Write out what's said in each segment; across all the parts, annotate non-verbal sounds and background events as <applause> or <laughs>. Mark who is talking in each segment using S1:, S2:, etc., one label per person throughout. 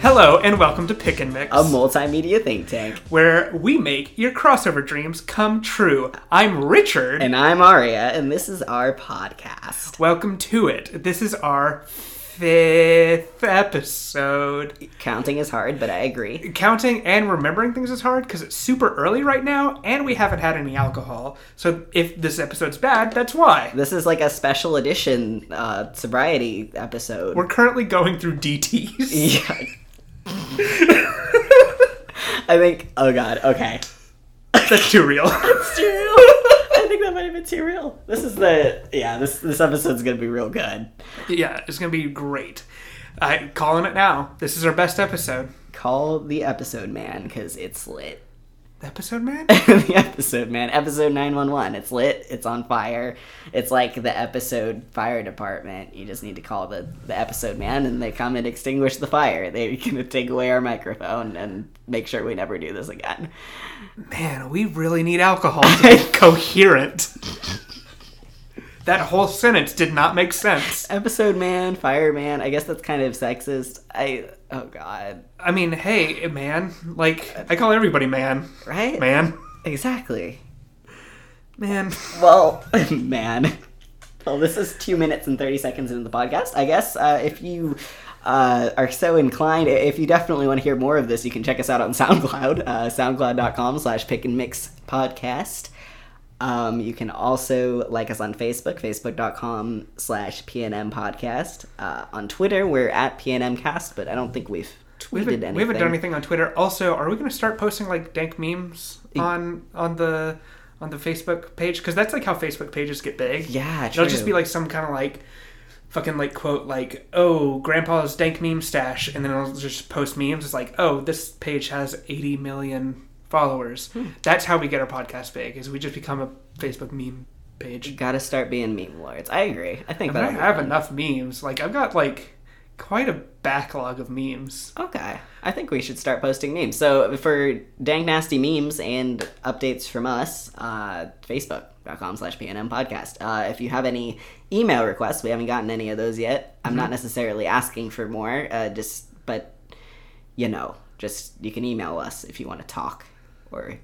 S1: Hello, and welcome to Pick and Mix,
S2: a multimedia think tank.
S1: where we make your crossover dreams come true. I'm Richard.
S2: And I'm Aria, and this is our podcast.
S1: welcome to it. This is our fifth episode.
S2: Counting is hard, but I agree.
S1: Counting and remembering things is hard because it's super early right now, and we haven't had any alcohol. So if this episode's bad, that's why.
S2: This is like a special edition uh, sobriety episode.
S1: We're currently going through DTs.
S2: <laughs> yeah. I think. Oh God. Okay.
S1: that's too real. <laughs>
S2: Material. <laughs> I think that might have material. This is the yeah. This this episode's gonna be real good.
S1: yeah, it's gonna be great. I'm calling it now. This is our best episode.
S2: Call the episode man because it's lit.
S1: Episode man.
S2: <laughs> the episode, man. Episode 911. It's lit. It's on fire. It's like the episode fire department. You just need to call the, the episode, man, and they come and extinguish the fire. <laughs> They're going to take away our microphone and make sure we never do this again.
S1: Man, we really need alcohol to be coherent. That whole sentence did not make sense.
S2: Episode, man, fireman. I guess that's kind of sexist. I, oh God.
S1: I mean, hey, man, like, I call everybody man.
S2: Right?
S1: Man.
S2: Exactly.
S1: Man. <laughs>
S2: Well, man. Well, this is two minutes and 30 seconds into the podcast. I guess uh, if you uh, are so inclined, i- if you definitely want to hear more of this, you can check us out on <laughs> SoundCloud, uh, soundcloud.com slash pick and mix podcast. Um, you can also like us on Facebook, facebook.com slash PNM podcast. Uh, on Twitter, we're at PNM cast, but I don't think we've tweeted
S1: We haven't,
S2: anything.
S1: we haven't done anything on Twitter. Also, are we going to start posting like dank memes on on the on the Facebook page? Because that's like how Facebook pages get big.
S2: Yeah,
S1: It'll just
S2: true.
S1: be like some kind of like fucking like quote like oh grandpa's dank meme stash and then it'll just post memes it's like oh this page has 80 million followers
S2: Hmm.
S1: that's how we get our podcast big is we just become a facebook meme page
S2: Gotta start being meme lords. I agree. I think
S1: but i
S2: that'll be
S1: have
S2: fun.
S1: enough memes like i've got like quite a backlog of memes
S2: Okay. I think we should start posting memes. So for dank nasty memes and updates from us, uh, facebook.com slash PNM podcast. Uh, if you have any email requests, we haven't gotten any of those yet. I'm not necessarily asking for more, uh, just, but, you know, just, you can email us if you want to talk or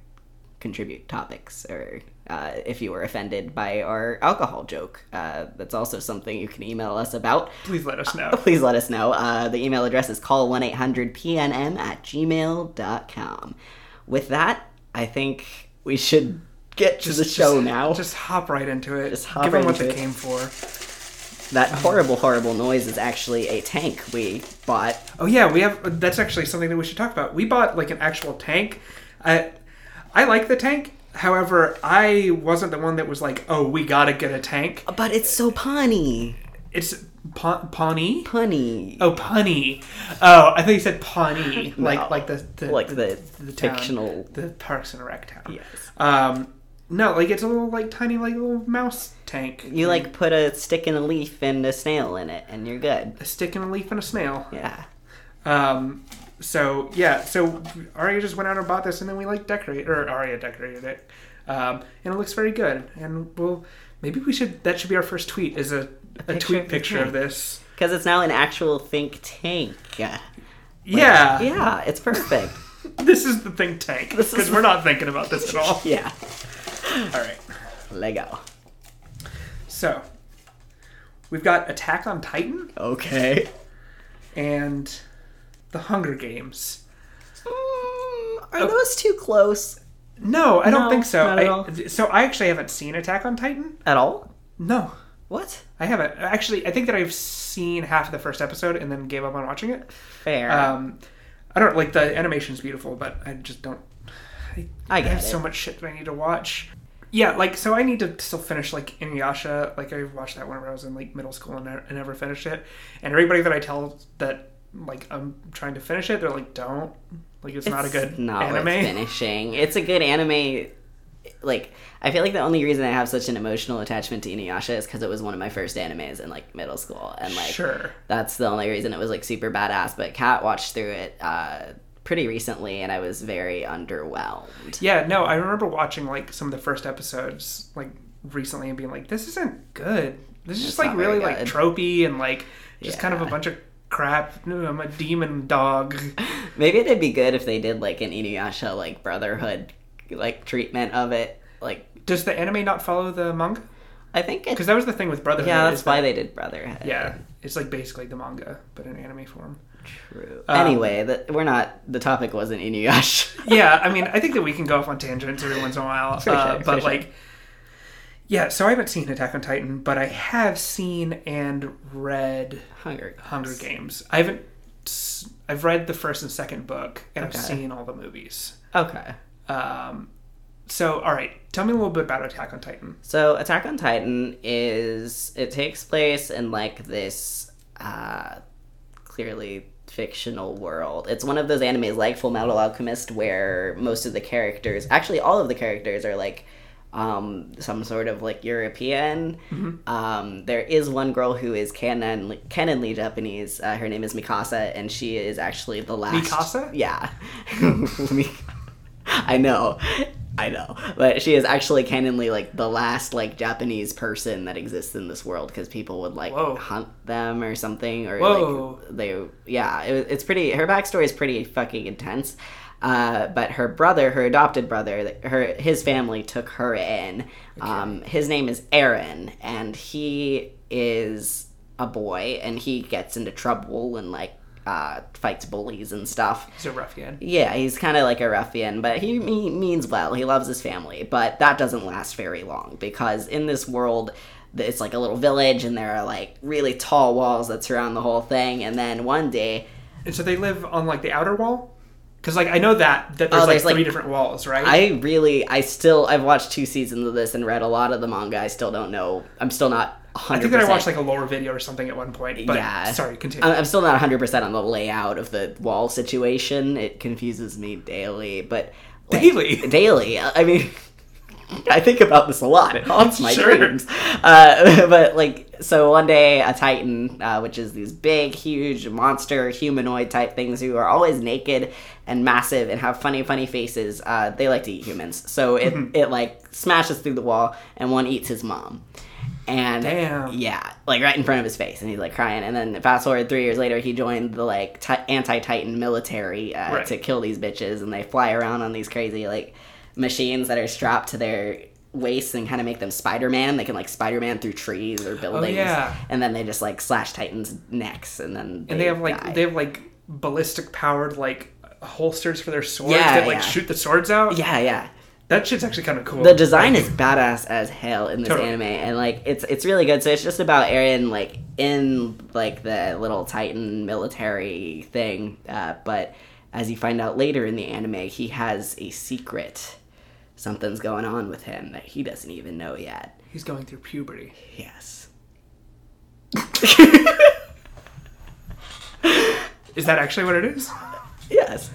S2: contribute topics or uh, if you were offended by our alcohol joke. Uh, that's also something you can email us about
S1: please let us know
S2: <laughs> please let us know. Uh, the email address is call 1-800-PNM at gmail.com. With that, I think we should get to the show now.
S1: just hop right into it
S2: Just hop
S1: give them
S2: right
S1: what
S2: into
S1: they
S2: it.
S1: came for
S2: that horrible, horrible noise is actually a tank we bought.
S1: Oh yeah, we have. That's actually something that we should talk about. We bought like an actual tank. I I like the tank. However, I wasn't the one that was like, "Oh, we gotta get a tank."
S2: But it's so punny.
S1: It's pa- Pawnee.
S2: Punny.
S1: Oh, punny. Oh, I think you said Pawnee,
S2: <laughs>
S1: like like the, the
S2: Like the
S1: town,
S2: fictional-
S1: the Parks and Rec town.
S2: Yes.
S1: Um, no, like it's a little like tiny like little mouse tank.
S2: You like put a stick and a leaf and a snail in it and you're good.
S1: a stick and a leaf and a snail.
S2: Yeah.
S1: Um, so yeah, so Arya just went out and bought this, and then we like decorate or Arya decorated it, um, and it looks very good. And we'll maybe we should that should be our first tweet is a, a,
S2: picture
S1: tweet
S2: of the
S1: picture
S2: tank.
S1: of this.
S2: Because it's now an actual think tank. Yeah.
S1: yeah,
S2: Yeah, it's perfect.
S1: <laughs> this is the think tank
S2: This is-
S1: because we're not thinking about this at
S2: <laughs>
S1: all.
S2: yeah.
S1: all right,
S2: Lego.
S1: so we've got Attack on Titan
S2: Okay.
S1: and The Hunger Games.
S2: Mm,
S1: Oh.
S2: are those too close
S1: No, I don't
S2: No,
S1: think so.
S2: not at
S1: I-
S2: all.
S1: so I actually haven't seen Attack on Titan.
S2: at all?
S1: No,
S2: What?
S1: I haven't actually. I think that I've seen half of the first episode and then gave up on watching it.
S2: Fair.
S1: Um, I don't like the animation's beautiful, but I just don't. I,
S2: I get
S1: have
S2: it.
S1: so much shit that I need to watch. Yeah, like so I need to still finish like Inuyasha. Like I watched that whenever I was in like middle school and I, I never finished it. And everybody that I tell that like I'm trying to finish it, they're like, "Don't." Like it's, not a good
S2: not worth
S1: anime. <laughs>
S2: finishing. It's a good anime. Like I feel like the only reason I have such an emotional attachment to Inuyasha is because it was one of my first animes in like middle school, and like
S1: Sure.
S2: that's the only reason it was like super badass. But Kat watched through it uh, pretty recently, and I was very underwhelmed.
S1: Yeah, no, I remember watching like some of the first episodes like recently and being like, this isn't good. This is just like
S2: not very
S1: really like
S2: good.
S1: tropey and like just kind of a bunch of crap. No, I'm a demon dog.
S2: Maybe it'd be good if they did like an Inuyasha like brotherhood like treatment of it. Like
S1: Does the anime not follow the manga?
S2: I think
S1: Because
S2: it's
S1: that was the thing with Brotherhood.
S2: yeah,
S1: is
S2: that's why
S1: that-
S2: they did brotherhood.
S1: Yeah, it's like basically the manga, but in anime form.
S2: True.
S1: Um,
S2: anyway, that we're not. The topic wasn't <laughs> Inuyasha.
S1: yeah, I mean, I think that we can go off on tangents every once in a while,
S2: For
S1: uh,
S2: <laughs> sure, for
S1: but
S2: sure.
S1: like, yeah. So I haven't seen Attack on Titan, but I have seen and read
S2: Hunger.
S1: Hunger Games. I haven't. s- I've read the first and second book, and
S2: Okay.
S1: I've seen all the movies.
S2: Okay.
S1: Um, so, all right, tell me a little bit about Attack on Titan.
S2: So Attack on Titan is it takes place in like this uh clearly fictional world. It's one of those animes like Full Metal Alchemist where most of the characters, actually all of the characters are like um some sort of like European. Um there is one girl who is canon canonly Japanese. Uh, her name is Mikasa and she is actually the last
S1: Mikasa?
S2: yeah. Me- <laughs> I know. I know. But she is actually canonically like the last like Japanese person that exists in this world because people would like
S1: Whoa.
S2: hunt them or something or
S1: Whoa.
S2: like they yeah, it, it's pretty her backstory is pretty fucking intense. Uh, but her brother, her adopted brother, her his family took her in. Um, his name is Aaron, and he is a boy, and he gets into trouble and like uh, fights bullies and stuff.
S1: He's a ruffian.
S2: Yeah, he's kind of like a ruffian, but he, he means well. He loves his family, but that doesn't last very long because in this world, th- it's like a little village, and there are like really tall walls that surround the whole thing. And then one day,
S1: And so they live on like the outer wall, because like I know that that
S2: Oh,
S1: there's, like,
S2: there's, like-
S1: three different walls, right?
S2: I really, I still, I've watched two seasons of this and read a lot of the manga. I still don't know. I'm still not. 100%.
S1: I think that I watched like a lore video or something at one point. But
S2: Yeah.
S1: sorry, continue.
S2: I- I'm still not 100% on the layout of the wall situation. It confuses me daily, but.
S1: <laughs>
S2: like,
S1: Daily?
S2: <laughs> Daily. I I mean, I think about this a lot. It haunts my
S1: Sure.
S2: dreams. Uh, <laughs> but, like, so one day a Titan, uh, which is these big, huge monster humanoid type things who are always naked and massive and have funny, funny faces, uh, they like to eat humans.
S1: <laughs>
S2: So it, it, like, smashes through the wall and one eats his mom. And
S1: Damn.
S2: yeah, like right in front of his face, and he's like crying. And then fast forward three years later, he joined the like t- anti-Titan military uh,
S1: Right.
S2: to kill these bitches, and they fly around on these crazy like machines that are strapped to their waists and kind of make them Spider-Man. They can like Spider-Man through trees or buildings,
S1: Oh, yeah.
S2: and then they just like slash Titans' necks, and then
S1: and they have like
S2: die.
S1: they have like ballistic powered like holsters for their swords
S2: Yeah,
S1: that like
S2: yeah.
S1: shoot the swords out.
S2: yeah, yeah.
S1: That shit's actually kind of cool.
S2: the design is badass as hell in this
S1: Totally.
S2: anime and like it's it's really good so it's just about Eren like in like the little titan military thing uh, but as you find out later in the anime he has a secret something's going on with him that he doesn't even know yet
S1: He's going through puberty.
S2: yes
S1: Is that actually what it is?
S2: yes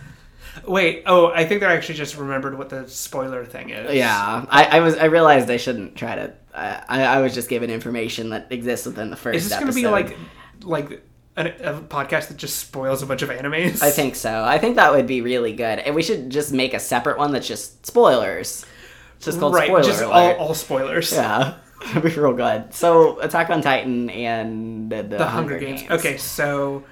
S1: Wait. Oh, I think that I actually just remembered what the spoiler thing is.
S2: yeah I, I was I realized I shouldn't try to I, I I was just given information that exists within the first
S1: Is this going to
S2: episode.
S1: be like like an, a podcast that just spoils a bunch of animes?
S2: I think so. I think that would be really good, and we should just make a separate one that's just spoilers. It's just called
S1: right.
S2: spoiler
S1: just
S2: alert.
S1: all, all spoilers.
S2: <laughs> yeah, <laughs> that'd be real good. So, Attack on Titan and the,
S1: The Hunger, Games. Okay, so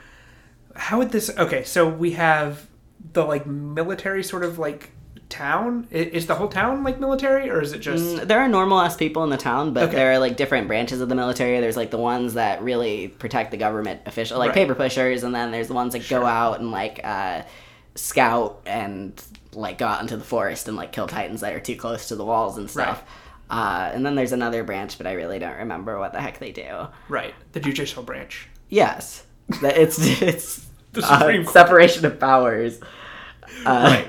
S1: how would this? Okay, so we have the like military sort of like town. I- Is the whole town like military, or is it just?
S2: Mm, There are normal ass people in the town, but
S1: Okay.
S2: there are like different branches of the military. There's like the ones that really protect the government official, like
S1: Right.
S2: paper pushers, and then there's the ones that go out and like uh, scout and like go out into the forest and like kill titans that are too close to the walls and stuff. Uh, and then there's another branch, but I really don't remember what the heck they do.
S1: Right, the judicial branch.
S2: Yes, That- it's <laughs> it's
S1: The
S2: uh,
S1: Supreme Court.
S2: separation of powers. Uh, <laughs>
S1: right.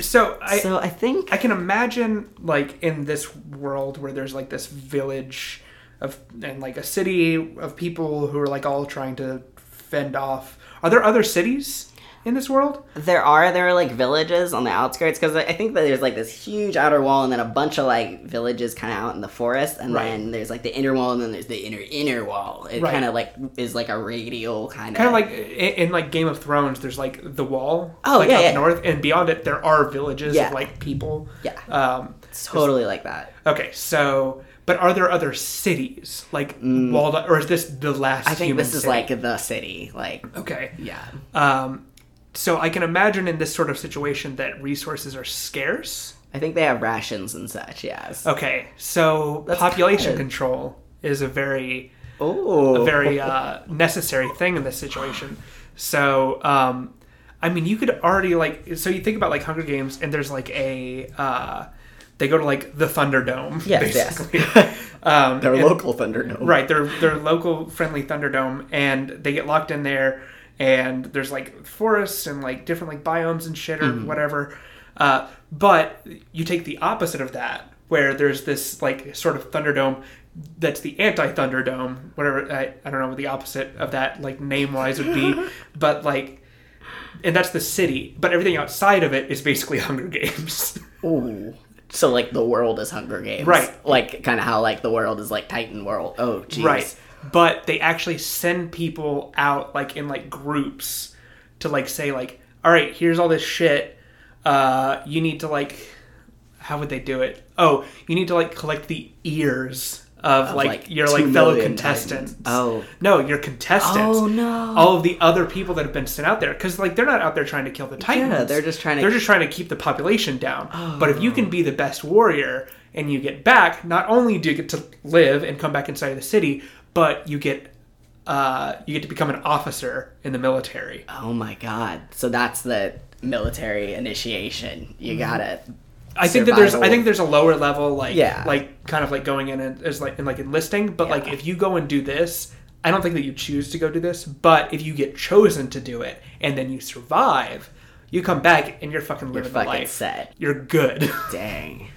S1: So I
S2: so I think
S1: I can imagine like in this world where there's like this village of and like a city of people who are like all trying to fend off. Are there other cities in this world?
S2: There are there are like villages on the outskirts because I think that there's like this huge outer wall and then a bunch of like villages kind of out in the forest and
S1: Right.
S2: then there's like the inner wall and then there's the inner inner wall. It
S1: Right.
S2: kind of like is like a radial kind of
S1: Kind of like in, in like Game of Thrones, there's like the wall,
S2: Oh,
S1: like
S2: yeah,
S1: up
S2: yeah.
S1: north, and beyond it there are villages
S2: Yeah.
S1: of like people.
S2: Yeah.
S1: Um,
S2: totally like that.
S1: Okay, so but are there other cities like Waldo, or is this the last?
S2: Mm. I think
S1: human
S2: this is
S1: city?
S2: like the city. Like,
S1: okay.
S2: yeah.
S1: Um, so I can imagine in this sort of situation that resources are scarce.
S2: I think they have rations and such, yes.
S1: Okay, so population
S2: good.
S1: control is a very
S2: Oh.
S1: very uh, necessary thing in this situation. So, um, I mean, you could already like. So you think about like Hunger Games, and there's like a. Uh, they go to like the Thunderdome.
S2: Yes, yes.
S1: <laughs> um,
S2: They're
S1: and-
S2: local Thunderdome.
S1: Right, they're they're local friendly Thunderdome, and they get locked in there, and there's like forests and like different like biomes and shit or whatever. Uh, but you take the opposite of that, where there's this like sort of Thunderdome that's the anti Thunderdome, whatever. I, I don't know what the opposite of that like name wise would be, but like. And that's the city, but everything outside of it is basically <laughs> Hunger Games.
S2: Ooh. So like the world is Hunger Games.
S1: Right.
S2: Like kind of how like the world is like Titan World. Oh jeez.
S1: Right. But they actually send people out like in like groups to like say like, all right, here's all this shit. Uh, you need to like, how would they do it? Oh, you need to like collect the ears of, like,
S2: like,
S1: your
S2: two
S1: like fellow
S2: million
S1: contestants.
S2: Titans. Oh.
S1: no, your contestants.
S2: Oh, no.
S1: All of the other people that have been sent out there because like they're not out there trying to kill the titans.
S2: they're just trying to- Oh.
S1: They're just trying to keep the population down. But if you can be the best warrior and you get back, not only do you get to live and come back inside of the city, but you get uh, you get to become an officer in the military.
S2: Oh my god. So that's the military initiation.
S1: Mm-hmm.
S2: You got it.
S1: I think that there's I
S2: Survival.
S1: think there's a lower level like
S2: Yeah.
S1: like kind of like going in and as like and like enlisting, but like
S2: Yeah.
S1: if you go and do this, I don't think that you choose to go do this, but if you get chosen to do it and then you survive, you come back and you're fucking living the
S2: Fucking
S1: life.
S2: set.
S1: You're good. <laughs>
S2: Dang.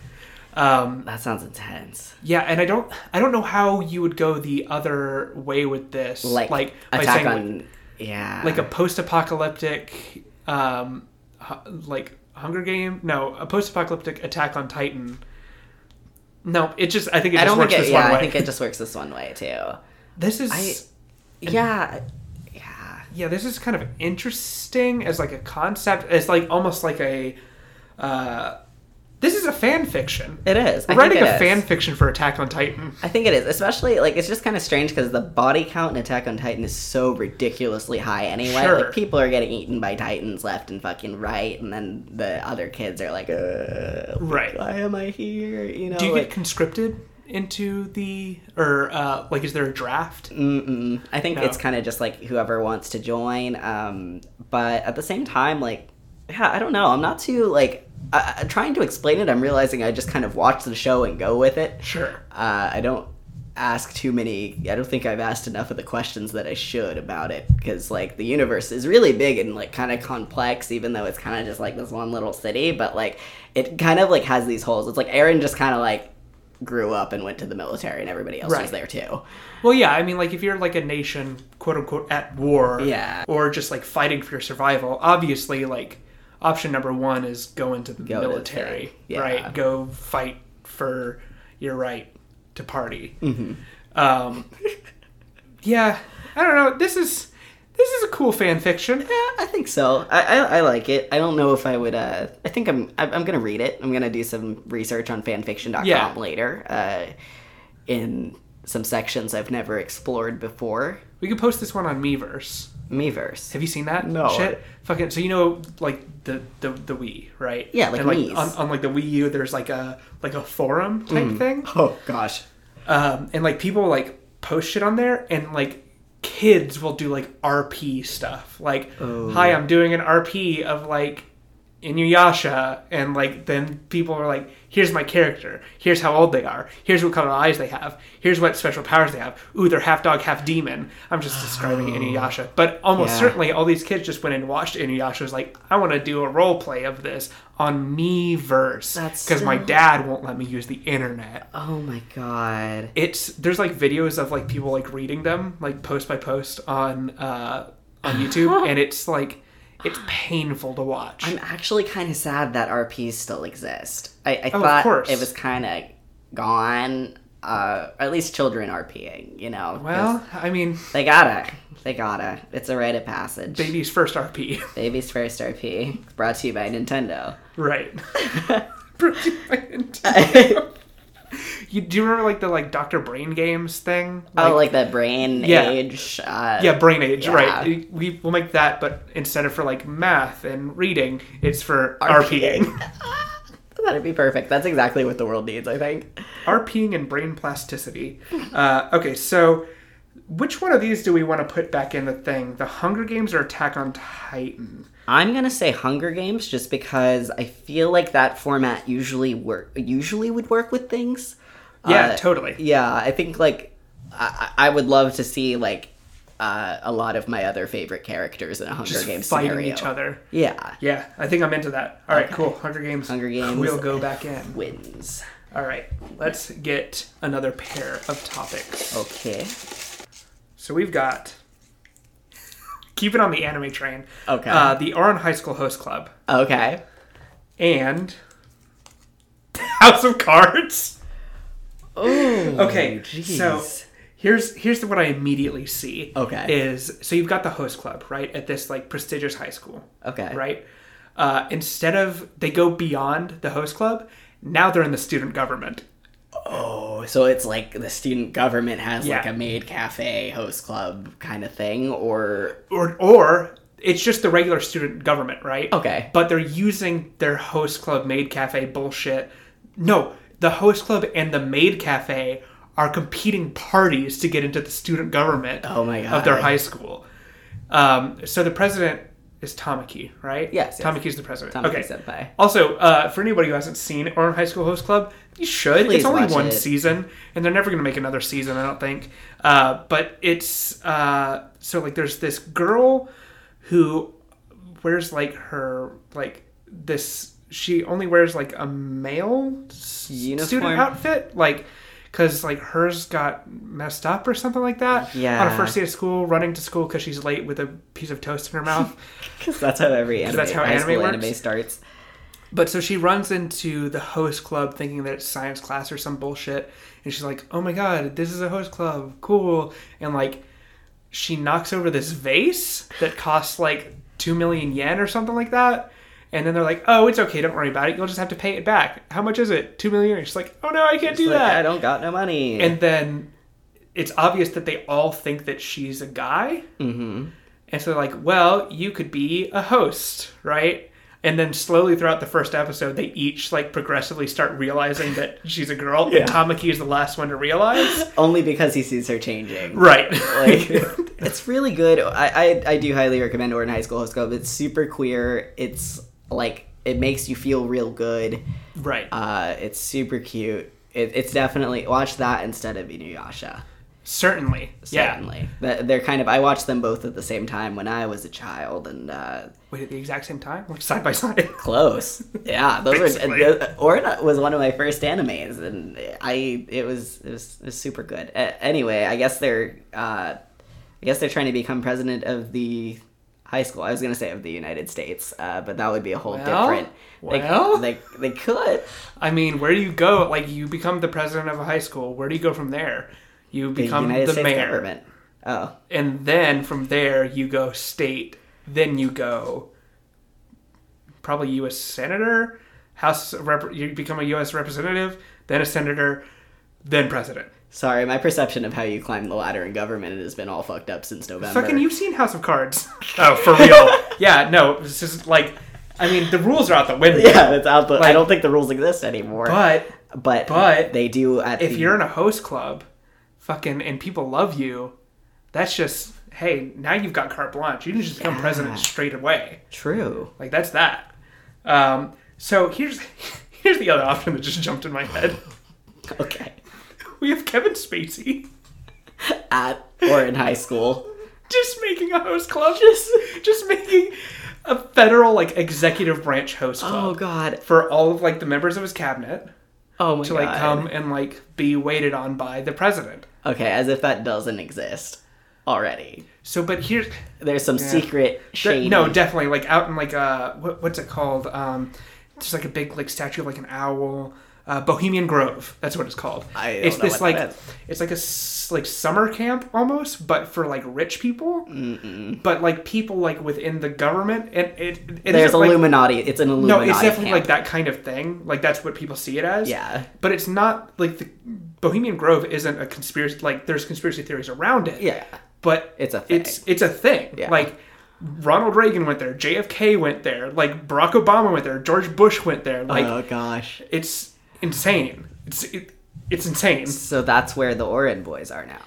S1: Um,
S2: That sounds intense.
S1: yeah, and I don't I don't know how you would go the other way with this,
S2: Like,
S1: like by
S2: attack
S1: saying,
S2: on yeah.
S1: like a post-apocalyptic um hu- like hunger game no a post-apocalyptic attack on titan no it just i think it
S2: I
S1: just
S2: don't
S1: works
S2: think it
S1: this
S2: yeah,
S1: one way
S2: I think it just works this one way too.
S1: this is
S2: Yeah. Yeah.
S1: yeah this is kind of interesting as like a concept it's like almost like a uh this is a fan fiction
S2: It is. I think
S1: writing
S2: it
S1: a
S2: is.
S1: fan fiction for attack on titan
S2: I think it is, especially like it's just kind of strange because the body count in Attack on Titan is so ridiculously high anyway.
S1: Sure.
S2: Like people are getting eaten by titans left and fucking right, and then the other kids are like, uh,
S1: Right.
S2: Why am I here? You know,
S1: do you
S2: like,
S1: get conscripted into the or uh like is there a draft
S2: Mm. Mm-mm. I think
S1: No.
S2: it's kind of just like whoever wants to join. Um, but at the same time, like, yeah, I don't know. I'm not too like I, I- trying to explain it. I'm realizing I just kind of watch the show and go with it.
S1: sure
S2: Uh, I don't ask too many. I don't think I've asked enough of the questions that I should about it because like the universe is really big and like kind of complex, even though it's kind of just like this one little city. But like it kind of like has these holes. It's like Aaron just kind of like grew up and went to the military, and everybody else was
S1: Right.
S2: there too.
S1: Well, yeah, I mean, like if you're like a nation, quote unquote, at war,
S2: Yeah.
S1: or just like fighting for your survival, obviously, like option number one is go into the
S2: to the
S1: military,
S2: thing, yeah.
S1: right? Go fight for your right to party.
S2: Mm-hmm.
S1: Um, yeah, I don't know. This is this is a cool fan fiction.
S2: Yeah, I think so. I, I, I like it. I don't know if I would. Uh, I think I'm, I'm. I'm gonna read it. I'm gonna do some research on fanfiction.com
S1: Yeah.
S2: later. Uh, in some sections I've never explored before.
S1: We could post this one on Meverse.
S2: Meverse.
S1: Have you seen that?
S2: No,
S1: Shit.
S2: I-
S1: Fucking. So you know, like the the the Wii, right?
S2: Yeah, like
S1: and, like
S2: Wii's.
S1: on, on like the Wii U, there's like a like a forum type thing.
S2: Oh gosh.
S1: um, and like people like post shit on there and like kids will do like rp stuff like hi i'm doing an rp of like inuyasha and like then people are like here's my character here's how old they are here's what color eyes they have here's what special powers they have ooh they're half dog half demon i'm just describing inuyasha but almost
S2: Yeah.
S1: certainly all these kids just went and watched inuyasha was like i want to do a role play of this on meverse
S2: That's
S1: because my
S2: so-
S1: dad won't let me use the internet
S2: Oh my god.
S1: it's there's like videos of like people like reading them like post by post on uh on
S2: <laughs>
S1: YouTube and it's like it's painful to watch.
S2: I'm actually kind of sad that RPs still exist. I, I
S1: Oh, of
S2: thought
S1: course.
S2: it was kind of gone. Uh, at least children RPing. You know. 'cause
S1: well, I mean,
S2: They gotta. They gotta. It's a rite of passage.
S1: baby's first RP,
S2: <laughs> Baby's First RP, brought to you by Nintendo.
S1: <laughs> right? Protein by Nintendo. you, do you remember like the like Doctor Brain games thing? Like,
S2: oh, like the brain
S1: Yeah.
S2: age. Uh,
S1: yeah, brain age,
S2: yeah.
S1: right? We will make that, but instead of for like math and reading, it's for RPing.
S2: That'd be perfect. That's exactly what the world needs, I think.
S1: RPing and brain plasticity. Uh, okay, so which one of these do we want to put back in the thing? The Hunger Games or Attack on Titan?
S2: I'm gonna say Hunger Games just because I feel like that format usually work usually would work with things.
S1: Yeah,
S2: Uh,
S1: totally.
S2: Yeah, I think like I, I I would love to see like uh, a lot of my other favorite characters in a Hunger
S1: Just
S2: Games
S1: fighting
S2: scenario.
S1: each other.
S2: Yeah,
S1: Yeah, I think I'm into that. All right, cool. Hunger Games.
S2: Hunger Games.
S1: We'll go back in.
S2: wins.
S1: All right, let's get another pair of
S2: Oh.
S1: topics.
S2: Okay.
S1: So we've got. Keep it on the anime train.
S2: Okay.
S1: Uh, the Oran High School Host Club
S2: Okay.
S1: and House of Cards.
S2: Ooh.
S1: Okay, so
S2: jeez.
S1: here's here's what I immediately see.
S2: Okay.
S1: is so you've got the host club right at this like prestigious high school,
S2: Okay.
S1: right? Uh, instead of they go beyond the host club, now they're in the student government.
S2: Oh, so it's like the student government has like
S1: Yeah.
S2: a maid cafe host club kind of thing, or
S1: or or it's just the regular student government, right?
S2: Okay.
S1: But they're using their host club maid cafe bullshit. No, the host club and the maid cafe are competing parties to get into the student government.
S2: Oh my
S1: Of their
S2: God.
S1: high school. Um, so the president is Tamaki, right?
S2: Yes, yes.
S1: Tamiki's the president.
S2: Tamaki
S1: okay.
S2: senpai.
S1: Also, uh, for anybody who hasn't seen Orange High School Host Club, you should.
S2: Please
S1: it's only
S2: watch
S1: one
S2: it.
S1: season, and they're never going to make another season, I don't think. Uh, but it's uh, so like there's this girl who wears like her like this. She only wears like a male s-
S2: Uniform.
S1: student outfit, like because like hers got messed up or something like that. On
S2: Yeah.
S1: her first day of school, running to school because she's late with a piece of toast in her mouth.
S2: because that's how every anime,
S1: that's how
S2: high
S1: anime
S2: school
S1: works?
S2: anime starts.
S1: But so she runs into the host club thinking that it's science class or some bullshit. And she's like, oh my god, this is a host club. Cool. And like, she knocks over this vase that costs like 2 million yen or something like that. And then they're like, oh, it's okay. Don't worry about it. You'll just have to pay it back. How much is it? 2 million yen. She's like, oh no, I can't do
S2: Like, I
S1: that.
S2: don't got no money.
S1: And then it's obvious that they all think that she's a guy.
S2: mm-hmm.
S1: And so they're like, well, you could be a host, right? And then slowly throughout the first episode, they each like progressively start realizing that she's a girl.
S2: Yeah.
S1: And Tamaki is the last one to realize.
S2: Only because he sees her changing.
S1: right.
S2: Like, it's really good. I, I I do highly recommend Orin High School Host Club. It's super queer. It's like it makes you feel real good.
S1: <laughs> right.
S2: Uh, it's super cute. It, it's definitely watch that instead of Inuyasha.
S1: certainly. Yeah.
S2: Certainly, Th- they're kind of. I watched them both at the same time when I was a child, and uh,
S1: Wait, at the exact same time? Like side by <laughs> side?
S2: close. Yeah, those were.
S1: Basically.
S2: th- Orna was one of my first animes, and I it was it was, it was super good. A- anyway, I guess they're uh, I guess they're trying to become president of the high school. I was gonna say of the United States, uh, but that would be a whole
S1: Well,
S2: different. They,
S1: well.
S2: they they could.
S1: I mean, where do you go? Like, you become the president of a high school. Where do you go from there? You
S2: The
S1: become the,
S2: United States
S1: mayor.
S2: government. Oh,
S1: And then from there, you go state. Then you go probably U.S. senator, House of rep- you become a U.S. representative, then a senator, then president.
S2: sorry, my perception of how you climb the ladder in government has been all fucked up since November. <laughs>
S1: Fucking, you've seen House of Cards. <laughs> Oh, for real? <laughs> yeah, no, it's just like, I mean, the rules are out the window.
S2: Yeah, that's out. But I
S1: Like-
S2: don't think the rules exist anymore.
S1: But
S2: but
S1: but
S2: they do at
S1: if
S2: the,
S1: you're in a host club, fucking, and people love you, that's just hey, now you've got carte blanche. You can just become president straight away.
S2: true.
S1: Like that's that. Um, so here's <laughs> here's the other option that just jumped in my
S2: <laughs>
S1: head.
S2: Okay.
S1: We have Kevin Spacey <laughs>
S2: At or in high school.
S1: just making a host club, just <laughs> just making a federal like executive branch host
S2: Oh
S1: club
S2: god.
S1: for all of like the members of his cabinet
S2: Oh my
S1: to
S2: god.
S1: like come and like be waited on by the president.
S2: Okay, as if that doesn't exist already.
S1: So, but here's
S2: There's some secret shady.
S1: th- no, definitely like out in like uh, what, what's it called? Um, there's like a big like statue of like an owl. uh, Bohemian Grove. That's what it's called.
S2: I don't
S1: it's
S2: know
S1: this
S2: what
S1: like
S2: that is.
S1: it's like a s- like summer camp almost, but for like rich people. But like people like within the government, and it, it
S2: There's
S1: isn't, like-
S2: Illuminati. it's an
S1: no,
S2: Illuminati.
S1: it's definitely
S2: camp.
S1: like that kind of thing. Like that's what people see it as.
S2: Yeah.
S1: But it's not like the Bohemian Grove isn't a conspiracy. Like there's conspiracy theories around it.
S2: Yeah.
S1: But
S2: It's a thing.
S1: it's it's a thing.
S2: Yeah.
S1: Like Ronald Reagan went there, JFK went there, like Barack Obama went there, George Bush went there. Like
S2: oh gosh.
S1: it's insane. It's it, it's insane.
S2: So that's where the Oren boys are now.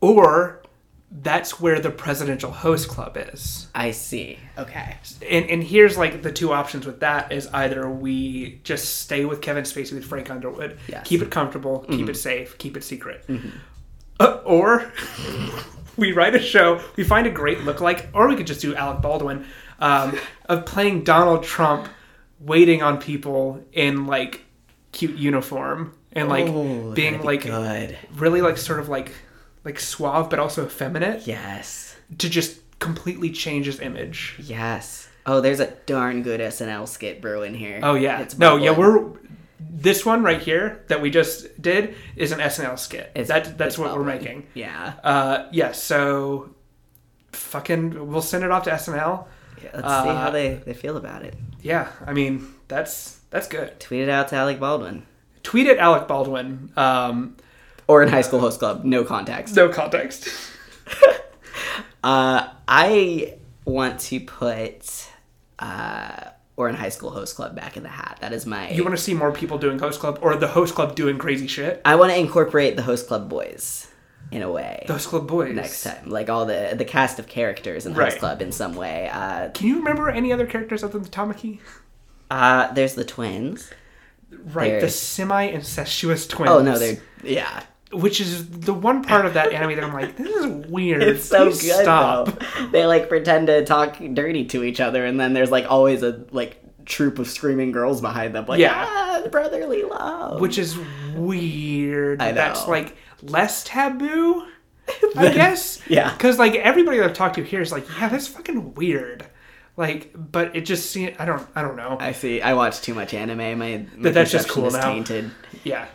S1: Or that's where the presidential host club is.
S2: I see. Okay.
S1: And and here's like the two options with that is either we just stay with Kevin Spacey with Frank Underwood,
S2: Yes. Mm-hmm.
S1: keep it comfortable, keep it safe, keep it secret, Uh, or <laughs> we write a show, we find a great lookalike, or we could just do Alec Baldwin
S2: <laughs>
S1: um, of playing Donald Trump, waiting on people in like cute uniform and like
S2: Oh,
S1: being
S2: that'd be
S1: like
S2: good.
S1: really like sort of like like suave but also effeminate
S2: Yes.
S1: to just completely change his image.
S2: Yes. Oh, there's a darn good SNL skit brewing here.
S1: Oh yeah.
S2: It's
S1: no,
S2: bubbling.
S1: yeah, we're this one right here that we just did is an SNL skit.
S2: It's-
S1: that that's
S2: it's
S1: what we're
S2: bubbling.
S1: making.
S2: Yeah.
S1: Uh yeah, so fucking we'll send it off to SNL.
S2: Yeah, Let's see
S1: Uh,
S2: how they, they feel about it.
S1: Yeah, I mean, that's that's good.
S2: Tweet it out to Alec Baldwin.
S1: Tweet at Alec Baldwin. Um
S2: Or in High School Host Club, no context.
S1: no context.
S2: Uh, I want to put uh, or in High School Host Club back in the hat. That is my.
S1: You want to see more people doing host club or the host club doing crazy shit?
S2: I want to incorporate the Host Club boys in a way
S1: The host club boys.
S2: next time, like all the the cast of characters in the Host
S1: Right.
S2: Club in some way. Uh,
S1: Can you remember any other characters other than Tamaki?
S2: uh, there's the twins.
S1: Right, the
S2: There's-
S1: semi incestuous twins.
S2: Oh no, they're yeah.
S1: which is the one part of that anime that I'm like, this is weird.
S2: It's so
S1: Please
S2: good.
S1: Stop.
S2: though. They like pretend to talk dirty to each other, and then there's like always a like troop of screaming girls behind them, like
S1: Yeah.
S2: ah, brotherly love.
S1: Which is weird.
S2: I
S1: That's
S2: know.
S1: like less
S2: <laughs>
S1: taboo, I guess.
S2: Yeah.
S1: Because like everybody that I've talked to here is like, yeah, that's fucking weird. Like, but it just seems I don't I don't know.
S2: I see. I watch too much anime. My, my
S1: But that's just
S2: perception
S1: cool
S2: is
S1: now.
S2: Tainted.
S1: yeah.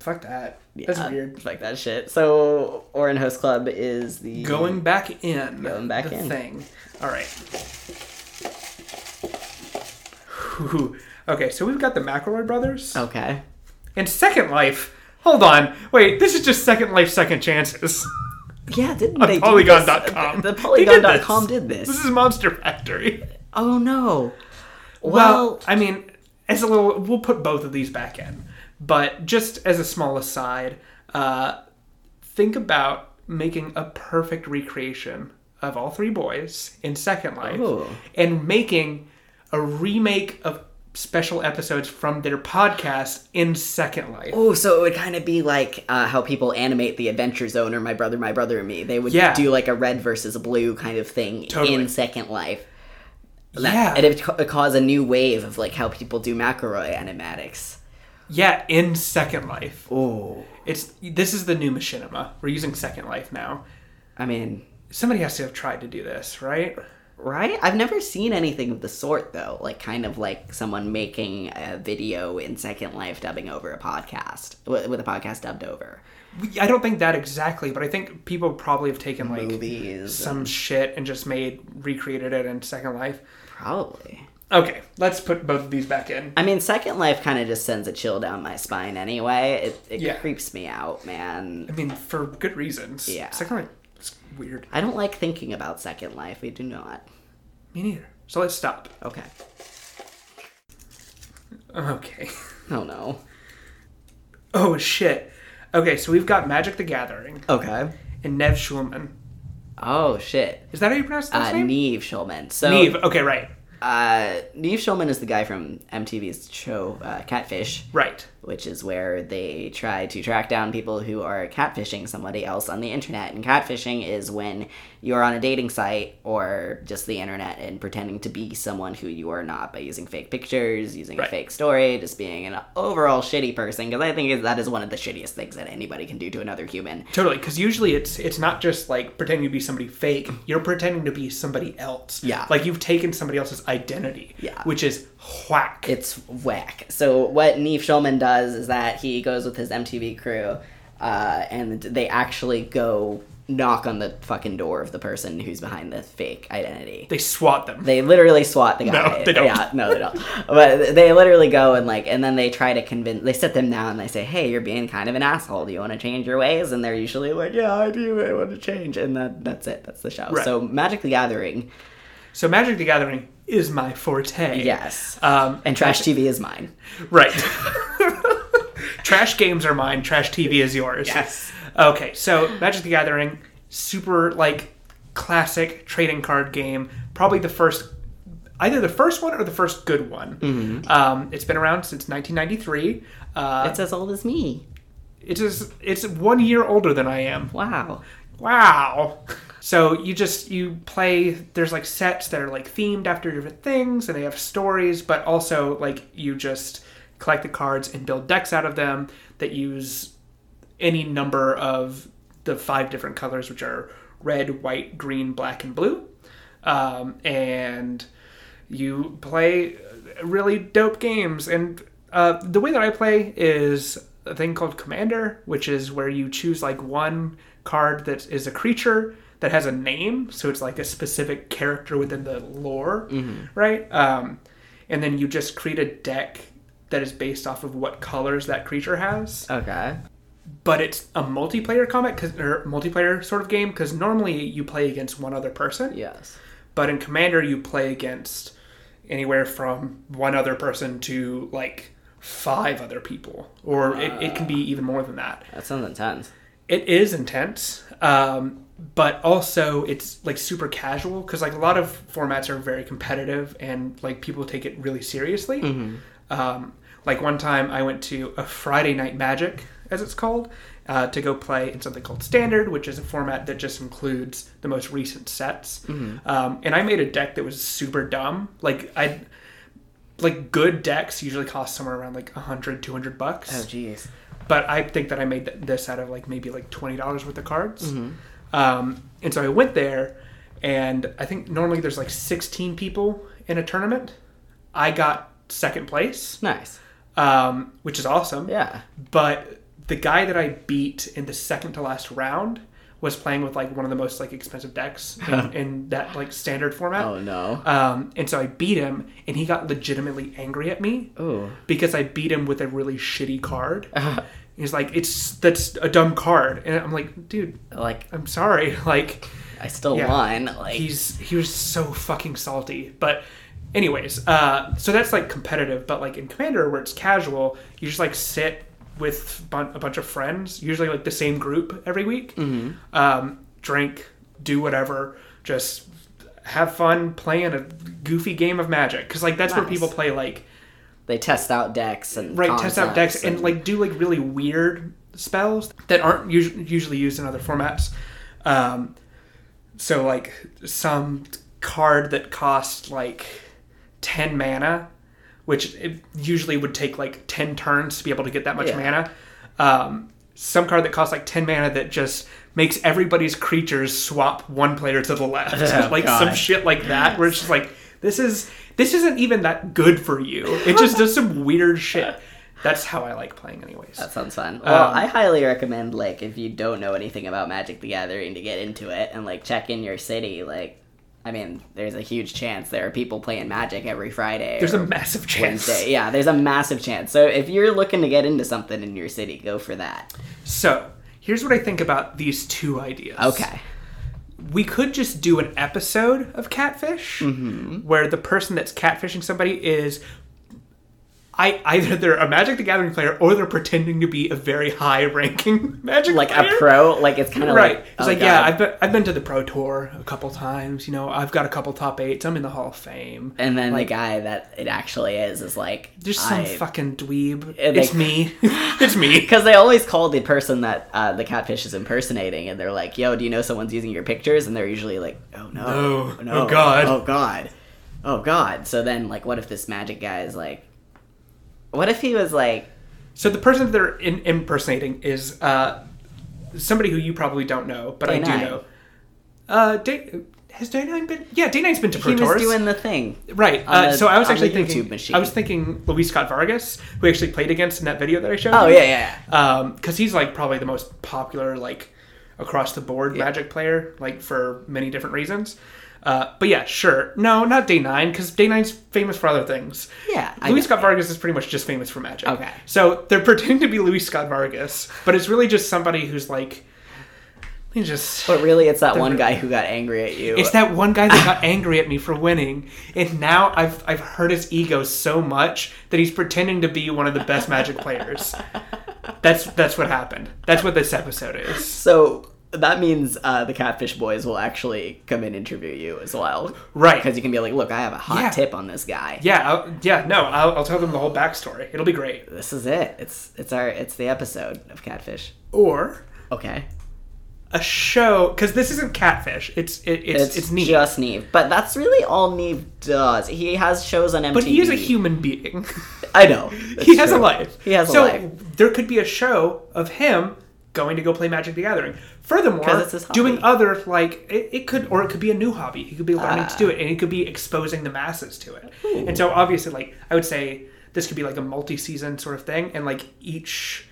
S1: Fuck that. That's
S2: Yeah,
S1: weird.
S2: Like that shit. So Orin Host Club is the
S1: Going back in.
S2: Going back
S1: the
S2: in.
S1: Thing. All right. Whew. <laughs> Okay, so we've got the McElroy brothers.
S2: Okay.
S1: And Second Life. Hold on. Wait, this is just Second Life Second Chances.
S2: Yeah, didn't <laughs> they? do this?
S1: Polygon.com.
S2: The, the
S1: They did this.
S2: Polygon.com did this.
S1: This is Monster Factory.
S2: Oh no.
S1: Well,
S2: Well,
S1: I mean, as a little, we'll put both of these back in. But just as a small aside, uh, think about making a perfect recreation of all three boys in Second Life
S2: Ooh.
S1: and making a remake of special episodes from their podcast in Second Life.
S2: oh, so it would kind of be like uh, how people animate the Adventure Zone or My Brother, My Brother and Me. They would
S1: Yeah.
S2: do like a red versus a blue kind of thing
S1: Totally.
S2: in Second Life.
S1: Yeah.
S2: and it would ca- cause a new wave of like how people do McElroy animatics.
S1: Yeah, in Second Life.
S2: Oh,
S1: It's this is the new machinima. We're using Second Life now.
S2: I mean,
S1: Somebody has to have tried to do this, right?
S2: Right? I've never seen anything of the sort though. Like kind of like someone making a video in Second Life dubbing over a podcast with, with a podcast dubbed over.
S1: We- I don't think that exactly, but I think people probably have taken like
S2: Movies.
S1: some shit and just made recreated it in Second Life.
S2: Probably.
S1: Okay, let's put both of these back in.
S2: I mean, Second Life kind of just sends a chill down my spine anyway. It, it
S1: Yeah.
S2: creeps me out, man.
S1: I mean, for good reasons.
S2: Yeah.
S1: Second Life is weird.
S2: I don't like thinking about Second Life. We do not.
S1: Me neither. So let's stop.
S2: Okay.
S1: Okay. <laughs>
S2: Oh no.
S1: Oh shit. Okay, so we've got Magic the Gathering
S2: Okay.
S1: and Nev Schulman.
S2: Oh shit.
S1: Is that how you pronounce that
S2: Uh,
S1: name?
S2: Neve Schulman. So
S1: Neve. Okay, right.
S2: Uh, Neve Schulman is the guy from MTV's show uh, Catfish.
S1: Right.
S2: which is where they try to track down people who are catfishing somebody else on the internet. And catfishing is when you're on a dating site or just the internet and pretending to be someone who you are not by using fake pictures, using a
S1: Right.
S2: fake story, just being an overall shitty person. Because I think that is one of the shittiest things that anybody can do to another human.
S1: Totally, because usually it's it's not just like pretending to be somebody fake. You're pretending to be somebody else.
S2: Yeah.
S1: like you've taken somebody else's identity.
S2: Yeah.
S1: which is whack.
S2: It's whack. So what Neve Schulman does is that he goes with his MTV crew, uh, and they actually go knock on the fucking door of the person who's behind the fake identity.
S1: they swat them.
S2: They literally swat the guy.
S1: No, they don't.
S2: Yeah, no, they don't. but they literally go and like, and then they try to convince. They sit them down and they say, "Hey, you're being kind of an asshole. Do you want to change your ways?" And they're usually like, "Yeah, I do. I want to change." And that, that's it. That's the show.
S1: Right.
S2: So Magic the Gathering,
S1: so Magic the Gathering is my forte.
S2: yes,
S1: Um,
S2: and trash TV is mine.
S1: Right. <laughs> trash games are mine. Trash TV is yours.
S2: Yes.
S1: Okay, so Magic the Gathering, super like classic trading card game. Probably the first, either the first one or the first good one. Um, it's been around since 1993. Uh,
S2: It's as old as me.
S1: it's just, it's one year older than I am.
S2: Wow.
S1: Wow. So you just you play there's like sets that are like themed after different things and they have stories, but also like you just collect the cards and build decks out of them that use any number of the five different colors which are red, white, green, black and blue. Um, and you play really dope games. And uh, the way that I play is a thing called Commander, which is where you choose like one card that is a creature that has a name, so it's like a specific character within the lore, right? Um, and then you just create a deck that is based off of what colors that creature has
S2: Okay.
S1: but it's a multiplayer comic 'cause- or multiplayer sort of game because normally you play against one other person
S2: Yes.
S1: but in commander you play against anywhere from one other person to like five other people or it, it can be even more than that
S2: That sounds intense.
S1: it is intense um, but also it's like super casual because like a lot of formats are very competitive and like people take it really seriously um, like one time i went to a friday night magic as it's called uh, to go play in something called standard which is a format that just includes the most recent sets um, and i made a deck that was super dumb like i like good decks usually cost somewhere around like 100 200 bucks
S2: jeez.
S1: but I think that I made th- this out of like maybe like twenty dollars worth of cards.
S2: Mm-hmm.
S1: Um, and so I went there, and I think normally there's like sixteen people in a tournament. I got second place,
S2: Nice.
S1: um, which is awesome.
S2: Yeah.
S1: But the guy that I beat in the second to last round was playing with like one of the most like expensive
S2: <laughs>
S1: decks in, in that like standard format.
S2: Oh no.
S1: Um, and so I beat him, and he got legitimately angry at me
S2: Ooh.
S1: because I beat him with a really shitty card.
S2: Uh-huh.
S1: He's like, "It's that's a dumb card," and I'm like, "Dude,
S2: Like
S1: I'm sorry." <laughs> Like,
S2: I still
S1: Yeah.
S2: won. Like
S1: he's he was so fucking salty. But, anyways, uh, so that's like competitive, but like in Commander, where it's casual, you just like sit with bun- a bunch of friends, usually like the same group every week,
S2: Mm-hmm.
S1: um, drink, do whatever, just have fun playing a goofy game of Magic, because like that's where
S2: Nice.
S1: people play like
S2: they test out decks and
S1: right test out decks
S2: concepts
S1: and, like do like really weird spells that aren't us- usually used in other formats um, so like some card that costs like 10 mana which it usually would take like 10 turns to be able to get that much
S2: Yeah.
S1: mana um, some card that costs like 10 mana that just makes everybody's creatures swap one player to the left
S2: <laughs> Oh,
S1: like
S2: God.
S1: some shit like that where it's just like this is this isn't even that good for you it just does some weird shit that's how i like playing anyways
S2: that sounds fun.
S1: um,
S2: Well, I highly recommend like if you don't know anything about Magic the Gathering to get into it and like check in your city. Like, I mean, there's a huge chance there are people playing Magic every Friday.
S1: there's
S2: or
S1: a massive chance
S2: Wednesday. Yeah, there's a massive chance. So if you're looking to get into something in your city, go for that.
S1: so here's what i think about these two ideas
S2: Okay.
S1: we could just do an
S2: Mm-hmm.
S1: episode of catfish where the person that's catfishing somebody is I either they're a Magic the Gathering player or they're pretending to be a very high ranking <laughs> Magic
S2: like
S1: player.
S2: a pro. Like it's kind of
S1: Right.
S2: Like,
S1: it's
S2: oh,
S1: like,
S2: God.
S1: yeah, I've been, I've been to the Pro Tour a couple times. You know, I've got a couple top eights. I'm in the Hall of Fame.
S2: and then the guy that it actually is is like
S1: There's some
S2: I-
S1: fucking dweeb.
S2: And
S1: it's
S2: they- <laughs>
S1: me. it's me.
S2: Because they always call the person that uh, the catfish is impersonating, and they're like, "Yo, do you know someone's using your pictures?" And they're usually like, "Oh no,
S1: No. Oh, God."
S2: oh god, oh god." So then, like, what if this magic guy is like, what if he was like,
S1: So the person that they're in- impersonating is uh, somebody who you probably don't know, but I
S2: Day9.
S1: do know. Uh, day, has Day Nine been? Yeah, Day Nine's been to Pro
S2: he was
S1: Tours.
S2: doing the thing?
S1: Right.
S2: on
S1: Uh,
S2: the-
S1: so I was
S2: on the
S1: actually thinking.
S2: YouTube machine.
S1: I was thinking Luis Scott Vargas, who I actually played against in that video that I showed.
S2: Oh
S1: you.
S2: yeah, yeah.
S1: because Um, he's like probably the most popular like across the board Magic player, like for many different reasons. Uh, but yeah, sure. No, not Day Nine, because Day Nine's famous for other things.
S2: Yeah, I
S1: Luis
S2: know.
S1: Scott Vargas is pretty much just famous for Magic.
S2: Okay.
S1: so they're <laughs> pretending to be Luis Scott Vargas, but it's really just somebody who's like, he just.
S2: But really, it's that one guy who got angry at you.
S1: It's that one guy that got angry at me for winning, and now I've I've hurt his ego so much that he's pretending to be one of the best Magic players. That's that's what happened. That's what this episode is.
S2: so that means uh, the catfish boys will actually come and interview you as well,
S1: Right.
S2: Because you can be like, "Look, I have a hot
S1: Yeah.
S2: tip on this guy."
S1: Yeah, I'll, yeah. No, I'll, I'll tell them the whole backstory. It'll be great.
S2: This is it. It's it's our it's the episode of catfish.
S1: Or
S2: Okay.
S1: a show because this isn't catfish. It's it, it's it's, neat.
S2: just Neve. But that's really all Neve does. He has shows on MTV.
S1: but he is a human being. <laughs>
S2: I know.
S1: he
S2: That's
S1: has a
S2: true.
S1: life.
S2: He has a
S1: so
S2: life.
S1: there could be a show of him going to go play Magic the Gathering. Furthermore,
S2: 'Cause it's his hobby.
S1: doing other like it, it could or it could be a new hobby. He could be learning to
S2: Ah.
S1: do it, and he could be exposing the masses to it. And so obviously, like I would say, this could be like a multi-season sort of thing, and like each.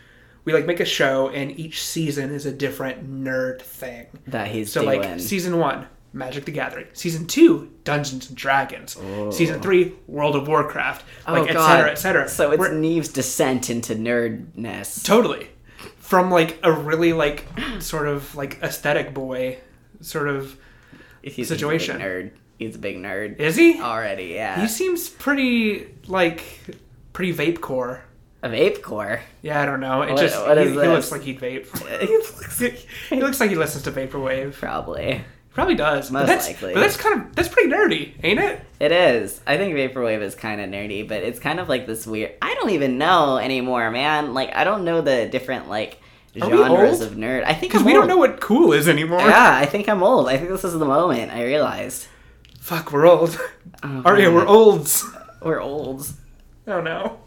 S1: We like make a show, and each season is a different nerd thing.
S2: That he's
S1: So
S2: doing.
S1: like season one, Magic the Gathering. Season two, Dungeons and Dragons. Season three, World of Warcraft. Like et cetera, et cetera.
S2: Oh. So it's
S1: We're-
S2: Neve's descent into nerdness.
S1: totally from like a really like sort of like aesthetic boy sort of.
S2: He's
S1: situation.
S2: A big nerd. He's a big nerd.
S1: Is he?
S2: Already, yeah.
S1: He seems pretty like pretty vape core.
S2: Of ape core.
S1: Yeah, I don't know. It
S2: What-
S1: just
S2: what
S1: he,
S2: is
S1: he
S2: this?
S1: looks like he'd
S2: <laughs>
S1: vape. <laughs> he looks like he listens to vaporwave.
S2: Probably.
S1: Probably does.
S2: Most
S1: but that's,
S2: likely.
S1: But that's kind of that's pretty nerdy, ain't it?
S2: It is. I think vaporwave is kind of nerdy, but it's kind of like this weird. I don't even know anymore, man. Like I don't know the different like
S1: Are we
S2: genres
S1: old?
S2: of nerd. I think
S1: Because
S2: I'm
S1: we don't
S2: old.
S1: know what cool is anymore.
S2: Yeah, I think I'm old. I think this is the moment I realized
S1: Fuck, we're old.
S2: Oh,
S1: Or yeah,
S2: man.
S1: we're olds. <laughs>
S2: we're old.
S1: Oh no.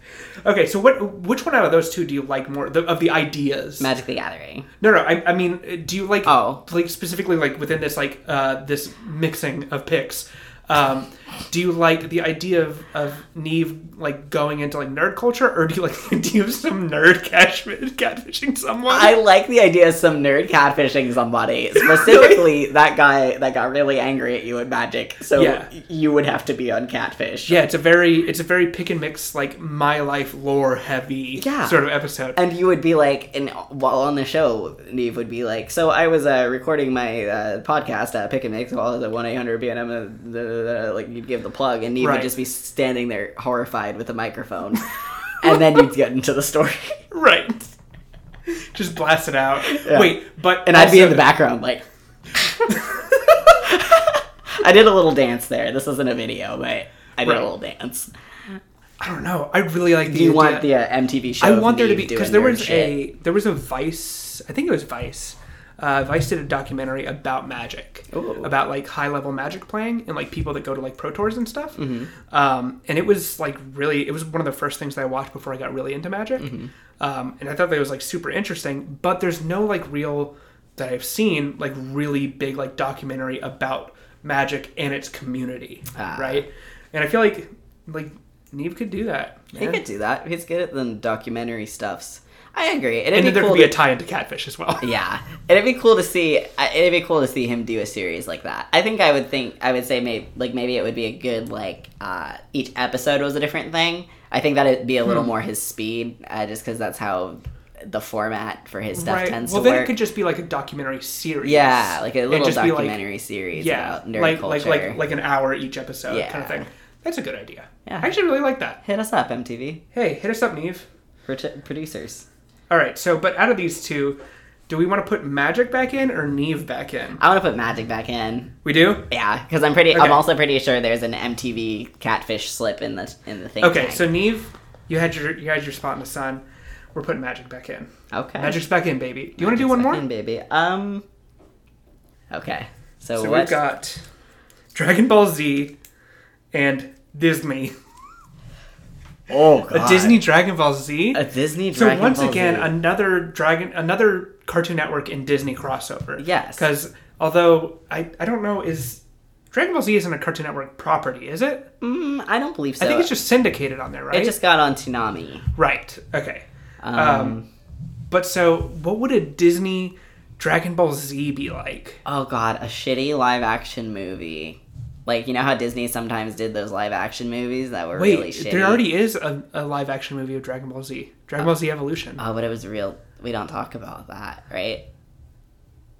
S1: Okay, so what? Which one out of those two do you like more? The, of the ideas?
S2: Magic the Gathering.
S1: No, no. I, I mean, uh, do you like
S2: Oh.
S1: like specifically like within this like uh, this mixing of picks? Um, do you like the idea of, of Neve like going into like nerd culture, or do you like <laughs> the idea of some nerd catfish, catfishing someone? <laughs>
S2: I like the idea of some nerd catfishing somebody. Specifically, that guy that got really angry at you in Magic. So
S1: Yeah.
S2: you would have to be on Catfish.
S1: yeah, it's a very it's a very pick and mix like my life lore heavy
S2: Yeah.
S1: sort of episode.
S2: And you would be like, and while on the show, Neve would be like, so I was uh, recording my uh, podcast, uh, Pick and Mix, while the 1 800 BNM, uh, like you'd give the plug, and Neve would
S1: Right.
S2: just be standing there horrified with a
S1: <laughs>
S2: microphone. and then you'd get into the story.
S1: right. <laughs> Just blast it out.
S2: Yeah.
S1: Wait, but
S2: And I'd be in
S1: also-
S2: the background, like. <laughs> I did a little dance there. This isn't a video, but I did
S1: Right.
S2: a little dance.
S1: I don't know. I really like the
S2: Do you
S1: idea-
S2: want the uh, MTV show?
S1: I
S2: of
S1: want there to
S2: me
S1: be because
S2: doing
S1: there
S2: nerd
S1: was
S2: shit?
S1: a there was a Vice. I think it was Vice. Uh, Vice did a documentary about magic,
S2: Ooh.
S1: about like high level magic playing and like people that go to like pro tours and stuff.
S2: Mm-hmm.
S1: Um, and it was like really, it was one of the first things that I watched before I got really into magic.
S2: Mm-hmm.
S1: Um, and I thought that was like super interesting. But there's no like real that I've seen like really big like documentary about magic and its community,
S2: Ah.
S1: right? And I feel like like Neve could do that.
S2: He
S1: man.
S2: could do that. He's good at the documentary stuffs. I agree. It'd
S1: and
S2: be
S1: then there
S2: cool
S1: could be a
S2: to-
S1: tie into catfish as well. <laughs>
S2: yeah, it'd be cool to see. I- It'd be cool to see him do a series like that. I think I would think I would say maybe like maybe it would be a good like uh, each episode was a different thing. I think that'd be a little
S1: Hmm.
S2: more his speed, uh, just because that's how the format for his stuff tends
S1: well,
S2: to
S1: then
S2: work.
S1: it could just be like a documentary series.
S2: Yeah, like a
S1: And
S2: little
S1: just be like-
S2: documentary series
S1: yeah,
S2: about nerd
S1: like
S2: culture.
S1: like like like an hour each episode kind
S2: Yeah.
S1: of thing. That's a good idea.
S2: Yeah.
S1: I actually really like that.
S2: Hit us up, MTV.
S1: Hey, hit us up, Neve.
S2: Produ- producers.
S1: All right, so but out of these two, do we want to put Magic back in or Neve back in?
S2: I want to put Magic back in.
S1: We do.
S2: Yeah, because I'm pretty. I'm
S1: Okay.
S2: also pretty sure there's an MTV catfish slip in the in the thing.
S1: Okay, so Neve, you had your you had your spot in the sun. We're putting Magic back in.
S2: okay.
S1: Magic's back in, baby. Do you want to do one more?
S2: Fucking baby. Um. Okay. So,
S1: So
S2: what?
S1: we've got Dragon Ball Z and Disney.
S2: oh
S1: A Disney Dragon Ball Z.
S2: A Disney.
S1: so
S2: Dragon
S1: once
S2: Ball
S1: again,
S2: Z.
S1: another Dragon, another Cartoon Network and Disney crossover.
S2: Yes.
S1: Because although I I don't know is Dragon Ball Z isn't a Cartoon Network property, is it?
S2: Mm, I don't believe so.
S1: I think it's just syndicated on there, right?
S2: It just got on Toonami.
S1: Right. Okay.
S2: Um,
S1: Um, But so, what would a Disney Dragon Ball Z be like?
S2: oh god, a shitty live action movie. Like you know how Disney sometimes did those live action movies that were
S1: Wait,
S2: really shitty.
S1: there already is a, a live action movie of Dragon Ball Z. Dragon Ball Z Evolution.
S2: Oh, but it was real. We don't talk about that, right?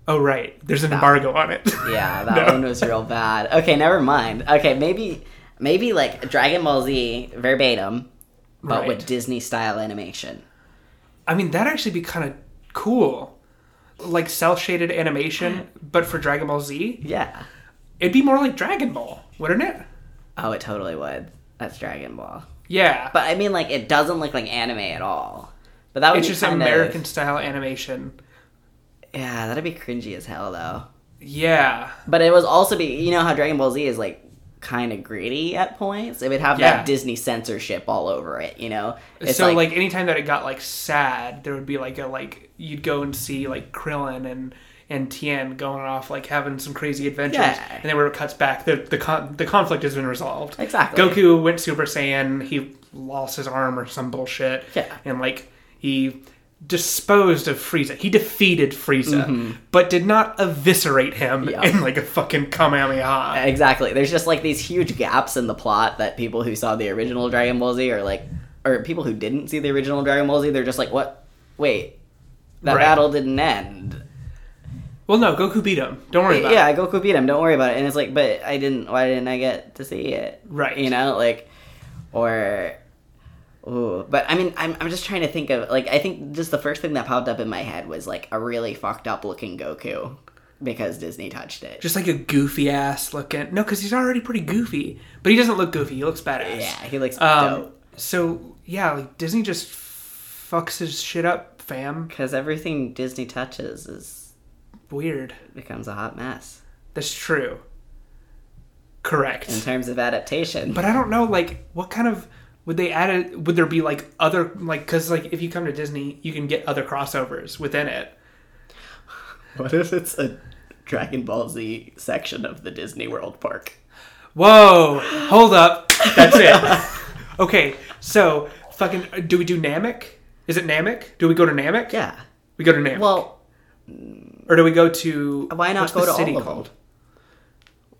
S1: oh, right. There's an embargo on it. <laughs>
S2: Yeah, that
S1: No.
S2: one was real bad. Okay, never mind. Okay, maybe maybe like Dragon Ball Z verbatim, but
S1: Right.
S2: with Disney style animation.
S1: I mean, that'd actually be kind of cool. Like cell shaded animation, but for Dragon Ball Z,
S2: Yeah.
S1: it'd be more like Dragon Ball, wouldn't it?
S2: Oh, it totally would. That's Dragon Ball.
S1: Yeah.
S2: But I mean, like it doesn't look like anime at all. But that would
S1: it's
S2: be
S1: just
S2: kind of-
S1: American style animation.
S2: yeah, that'd be cringy as hell though.
S1: Yeah.
S2: But it was also be you know how Dragon Ball Z is like kind of gritty at points. It would have
S1: Yeah.
S2: that Disney censorship all over it. You know. It's
S1: so like, anytime that it got like sad, there would be like a like you'd go and see like Krillin and and Tien going off like having some crazy adventures,
S2: Yeah.
S1: and then where it cuts back, the the con- the conflict has been resolved.
S2: Exactly.
S1: Goku went Super Saiyan. He lost his arm or some bullshit.
S2: Yeah.
S1: And like he disposed of Frieza. He defeated Frieza, but did not eviscerate him
S2: Mm-hmm. Yeah. Uh,
S1: in like a fucking Kamehameha.
S2: Exactly. There's just like these huge gaps in the plot that people who saw the original Dragon Ball Z are like, or people who didn't see the original Dragon Ball Z, they're just like, what? Wait, that
S1: Right.
S2: battle didn't end.
S1: Well, no, Goku beat him. Don't worry about it.
S2: Yeah, Goku beat him. Don't worry about it. And it's like, but I didn't. Why didn't I get to see it?
S1: Right.
S2: You know, like, or. Ooh, but I mean, I'm, I'm just trying to think of like I think just the first thing that popped up in my head was like a really fucked up looking Goku because Disney touched it.
S1: just like a goofy ass looking. No, because he's already pretty goofy, but he doesn't look goofy. He looks badass.
S2: yeah, he looks dope.
S1: Um. So yeah, like Disney just fucks his shit up, fam.
S2: Because everything Disney touches is
S1: Weird.
S2: becomes a hot mess
S1: That's true.
S2: in
S1: Correct.
S2: terms of adaptation.
S1: But I don't know, like, what kind of would they add it? Would there be like other like because like if you come to Disney, you can get other crossovers within it.
S2: What if it's a Dragon Ball Z section of the Disney World park?
S1: Whoa! Hold up. That's
S2: <laughs>
S1: it. okay. So fucking. Do we do Namek? Is it Namek? Do we go to Namek?
S2: Yeah.
S1: We go to Namek.
S2: Well,
S1: Or do we go to
S2: Why not
S1: what's
S2: go
S1: the
S2: to all
S1: city
S2: of them?
S1: called?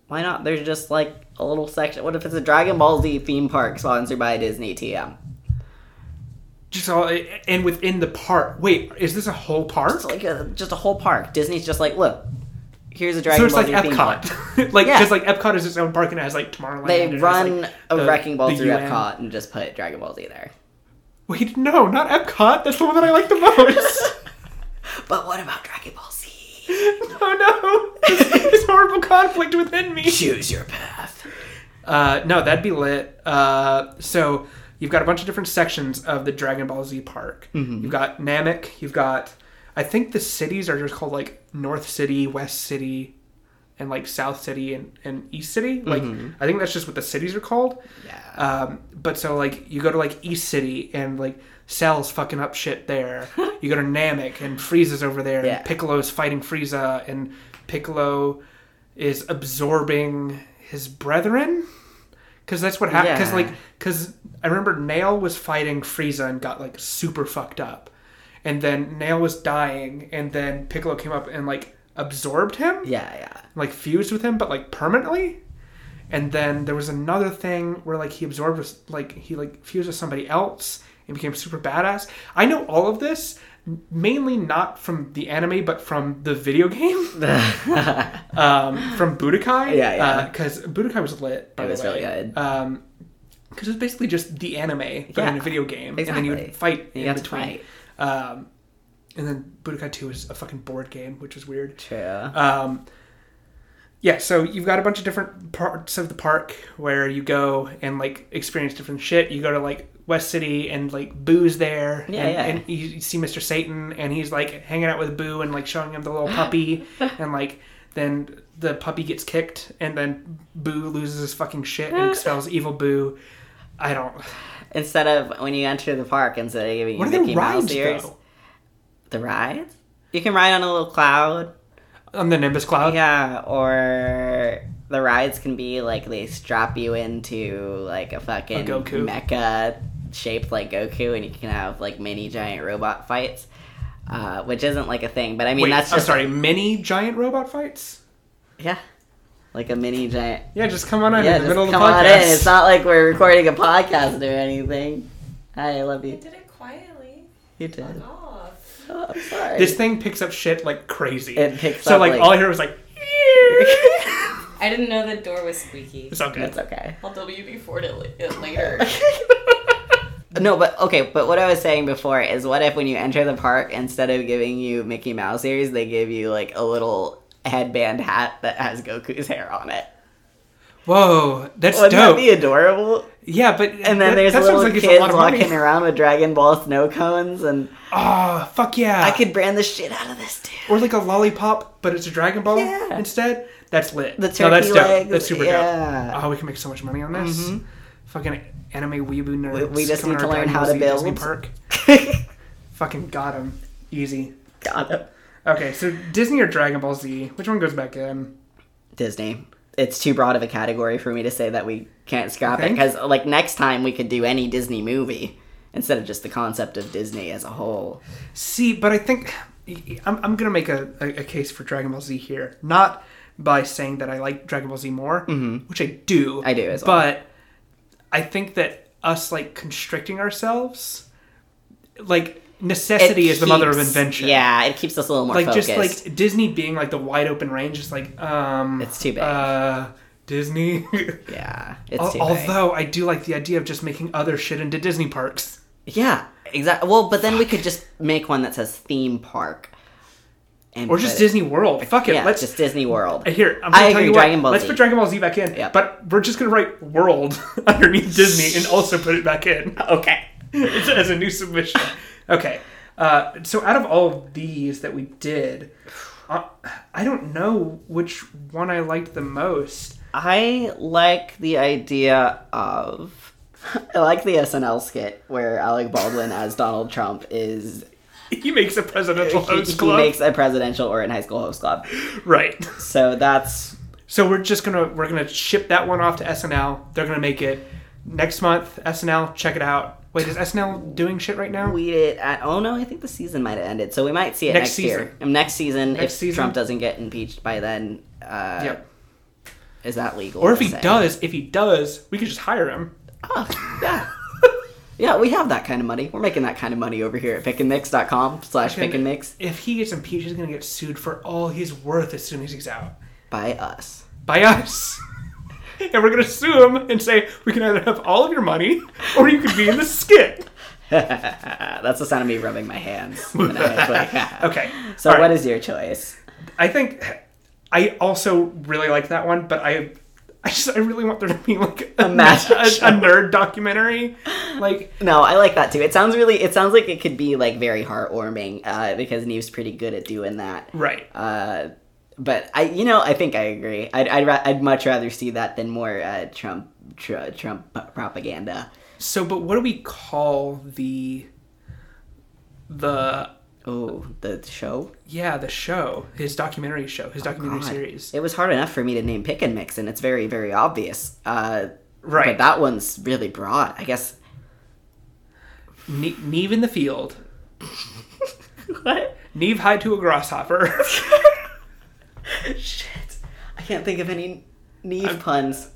S2: why not? There's just like a little section. What if it's a Dragon Ball Z theme park sponsored by Disney TM?
S1: Just all and within the park. Wait, is this a whole park?
S2: It's like a, just a whole park. Disney's just like, look, here's a
S1: so
S2: Dragon
S1: it's
S2: Ball
S1: like
S2: Z theme
S1: <laughs>
S2: park.
S1: Epcot, like
S2: Yeah.
S1: because like Epcot is its own park and it has like Tomorrowland.
S2: They
S1: and it has,
S2: run
S1: like,
S2: a
S1: the-
S2: wrecking ball
S1: the
S2: through
S1: UN.
S2: Epcot and just put Dragon Ball Z there.
S1: Wait, no, not Epcot. That's the one that I like the
S2: <laughs>
S1: most. <laughs>
S2: But what about Dragon Ball Z?
S1: oh no, this, this horrible conflict within me.
S2: Choose your path.
S1: Uh, no, that'd be lit. Uh, so you've got a bunch of different sections of the Dragon Ball Z park.
S2: Mm-hmm.
S1: You've got Namek. You've got, I think the cities are just called like North City, West City, and like South City and, and East City. Like I think that's just what the cities are called.
S2: Mm-hmm. Yeah.
S1: Um, but so like you go to like East City and like Cell's fucking up shit
S2: <laughs>
S1: there. you go to Namek and Frieza's over there.
S2: Yeah.
S1: And Piccolo's fighting Frieza and Piccolo is absorbing his brethren because that's what happened. Because
S2: Yeah.
S1: like because I remember Nail was fighting Frieza and got like super fucked up, and then Nail was dying, and then Piccolo came up and like absorbed him
S2: Yeah,
S1: <laughs>
S2: yeah.
S1: like fused with him, but like permanently. And then there was another thing where like he absorbed with like he like fused with somebody else and became super badass. I know all of this m- mainly not from the anime, but from the video <laughs> game,
S2: <laughs>
S1: um, from Budokai.
S2: Yeah, yeah.
S1: Because Budokai was lit. By
S2: It was
S1: the way.
S2: really good.
S1: Um, because it's basically just the anime but
S2: Yeah.
S1: in a video game, and then you
S2: Exactly.
S1: would fight
S2: You
S1: in
S2: got to
S1: between.
S2: fight.
S1: Um, and then Budokai Two is a fucking board game, which was weird.
S2: True.
S1: Um, yeah, so you've got a bunch of different parts of the park where you go and like experience different shit. You go to like West City and like Boo's there,
S2: Yeah,
S1: and,
S2: yeah.
S1: and you you see Mr. Satan, and he's like hanging out with Boo and like showing him the little
S2: <laughs>
S1: puppy, and like then the puppy gets kicked, and then Boo loses his fucking shit
S2: <laughs>
S1: and expels evil Boo. I don't.
S2: Instead of when you enter the park, instead of giving you
S1: What are
S2: Mickey
S1: the
S2: Mouse
S1: rides
S2: ears,
S1: though?
S2: the rides you can ride on a little cloud.
S1: On the Nimbus Cloud.
S2: Yeah, or the rides can be like they strap you into like a fucking
S1: A Goku.
S2: mecha shaped like Goku, and you can have like mini giant robot fights, uh, which isn't like a thing. But I mean,
S1: Wait,
S2: that's
S1: I'm
S2: just
S1: sorry. Mini giant robot fights.
S2: yeah, like a mini giant.
S1: Yeah, just come on in
S2: Yeah,
S1: in the
S2: just
S1: middle of
S2: come
S1: the podcast.
S2: on in. It's not like we're recording a podcast or anything. Hi, I love
S3: I
S2: you.
S3: did it quietly.
S2: You did.
S3: Off.
S2: Oh, I'm sorry.
S1: This thing picks up shit like crazy.
S2: It picks
S1: so
S2: up,
S1: like,
S2: like-
S1: all I hear was like, <laughs>
S3: I didn't know the door was squeaky.
S1: it's not good.
S2: That's okay.
S3: I'll WD forward it, li- it later.
S2: No, but okay, but what I was saying before is what if when you enter the park, instead of giving you Mickey Mouse ears, they give you like a little headband hat that has Goku's hair on it?
S1: Whoa, that's
S2: Wouldn't
S1: dope.
S2: that be adorable?
S1: yeah, but
S2: And then
S1: that,
S2: there's
S1: that sounds
S2: little
S1: like it's a
S2: kids
S1: lot of
S2: walking
S1: money.
S2: around with Dragon Ball snow cones, and
S1: Oh, fuck yeah!
S2: I could brand the shit out of this too.
S1: or like a lollipop, but it's a Dragon Ball
S2: Yeah.
S1: instead. That's lit.
S2: The
S1: no, that's
S2: turkey
S1: dope.
S2: legs,
S1: That's super
S2: yeah. Mm-hmm.
S1: dope. Oh, we can make so much money on this. Fucking anime weeaboo nerds.
S2: We- we just
S1: coming
S2: need to
S1: our
S2: learn
S1: Dragon
S2: how
S1: Ball
S2: to
S1: Z Disney
S2: build. <laughs>
S1: park. Fucking got him. Easy.
S2: Got him.
S1: Okay, so Disney or Dragon Ball Z, which one goes back in?
S2: Disney. It's too broad of a category for me to say that we can't scrap it
S1: Okay.
S2: because, like, next time we could do any Disney movie instead of just the concept of Disney as a whole.
S1: See, but I think I'm, I'm gonna make a, a, a case for Dragon Ball Z here, not by saying that I like Dragon Ball Z more, which I do.
S2: Mm-hmm. I do as well.
S1: But I think that us like constricting ourselves, like necessity
S2: It
S1: is the mother of
S2: keeps-
S1: invention.
S2: Yeah, it keeps us a little more
S1: like
S2: focused.
S1: just like Disney being like the wide open range, just like um,
S2: It's too big.
S1: Uh, Disney. <laughs>
S2: yeah, it's
S1: Al-
S2: too big.
S1: Although I do like the idea of just making other shit into Disney parks.
S2: Yeah, exactly. Well, but then we could just make one that says theme park, and
S1: Or just
S2: put it-
S1: Disney World. Fuck it.
S2: Yeah,
S1: let's Uh,
S2: just Disney World.
S1: Here, I'm
S2: I
S1: gonna tell
S2: agree,
S1: you what,
S2: Dragon Ball
S1: let's
S2: Z.
S1: put Dragon Ball Z back in.
S2: Yep.
S1: But we're just gonna write world <laughs> underneath Disney and also put it back in.
S2: Okay.
S1: It's as a new submission. Okay. Uh, so out of all of these that we did, uh, I don't know which one I liked the most.
S2: I like the idea of. <laughs> I like the SNL skit where Alec Baldwin as Donald Trump is
S1: He makes a presidential
S2: he,
S1: <laughs> host
S2: he
S1: club.
S2: makes a presidential or in high school host club.
S1: Right.
S2: So that's
S1: So we're just gonna we're gonna ship that one off to SNL. They're gonna make it next month. SNL, check it out. Wait, is SNL doing shit right now?
S2: tweet it at. Oh no, I think the season might have ended, so we might see it next,
S1: Next
S2: year.
S1: season.
S2: Um, Next season,
S1: Next
S2: if
S1: season.
S2: Trump doesn't get impeached by then, uh,
S1: yep.
S2: is that legal?
S1: Or if
S2: to
S1: he
S2: say?
S1: does, if he does, we could just hire him.
S2: Oh, yeah. <laughs> Yeah, we have that kind of money. We're making that kind of money over here at pickandmix.com slash
S1: Okay.
S2: pickandmix
S1: If he gets impeached, he's gonna get sued for all he's worth as soon as he's out
S2: by us.
S1: by us. <laughs> and we're gonna sue him and say we can either have all of your money or you could be in the skit.
S2: Uh, That's the sound of me rubbing
S1: <laughs>
S2: my hands. when I-
S1: Okay.
S2: So
S1: all right.
S2: what is your choice?
S1: I think I also really like that one, but I I just I really want there to be like a,
S2: magic
S1: <laughs> a,
S2: show.
S1: a nerd documentary. Like
S2: No, I like that too. It sounds really. It sounds like it could be like very heartwarming uh, because Neve's pretty good at doing that.
S1: right.
S2: Uh, but I, you know, I think I agree. I'd I'd, ra- I'd much rather see that than more uh, Trump tr- Trump p- propaganda.
S1: So but what do we call the the
S2: Oh, the show.
S1: yeah, the show, his documentary show, his documentary
S2: Oh God.
S1: series.
S2: It was hard enough for me to name pick and mix, and it's very very obvious. Uh,
S1: Right.
S2: But that one's really broad.
S1: <laughs>
S2: I guess.
S1: Ne- Neve in the field.
S2: What?
S1: Neve hide to a grasshopper. <laughs>
S2: Shit! I can't think of any Neve puns.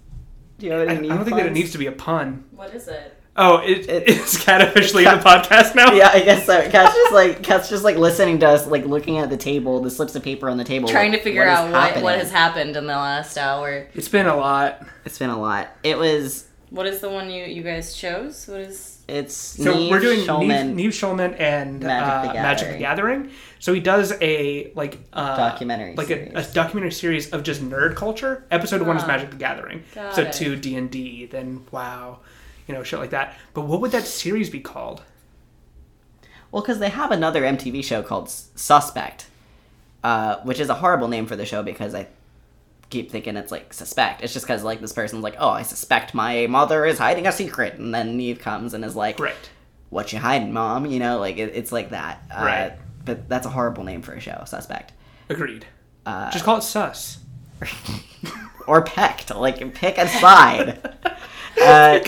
S2: Do you have any
S1: I
S2: Neve
S1: don't think that it
S2: puns?
S1: needs to be a pun.
S3: <laughs> what is it?
S1: Oh, it, <laughs>
S2: It-
S1: it's cat officially in the podcast now.
S2: <laughs> Yeah, I guess so. Cat's just like Cat's just like listening to us, like looking at the table, the slips of paper on the table,
S3: Trying to
S2: like,
S3: figure
S2: what is
S3: out what, what
S2: happening.
S3: has happened in the last hour.
S1: It's been a lot.
S2: It's been a lot. It was
S3: What is the one you you guys chose? What is?
S2: It's
S1: So
S2: Neve
S1: we're doing
S2: Schulman
S1: Neve, Neve Schulman and
S2: Magic
S1: uh,
S2: the
S1: Magic the Gathering. So he does a like uh,
S2: Documentary
S1: like a, a
S2: series.
S1: documentary series of just nerd culture. Episode one is
S3: Ah.
S1: Magic the Gathering.
S3: Got
S1: So
S3: it.
S1: two D and D, then WoW, you know, shit like that. But what would that series be called?
S2: Well, because they have another MTV show called S- Suspect, uh, which is a horrible name for the show because I keep thinking it's like suspect. It's just because like this person's like, oh, I suspect my mother is hiding a secret, and then Neve comes and is like,
S1: Right.
S2: what you hiding, mom? You know, like it, it's like that. Uh,
S1: Right.
S2: But that's a horrible name for a show, Suspect,
S1: Agreed.
S2: Uh,
S1: just call it
S2: <laughs>
S1: Sus.
S2: or Pecked. Like pick
S1: <laughs>
S2: a side. uh,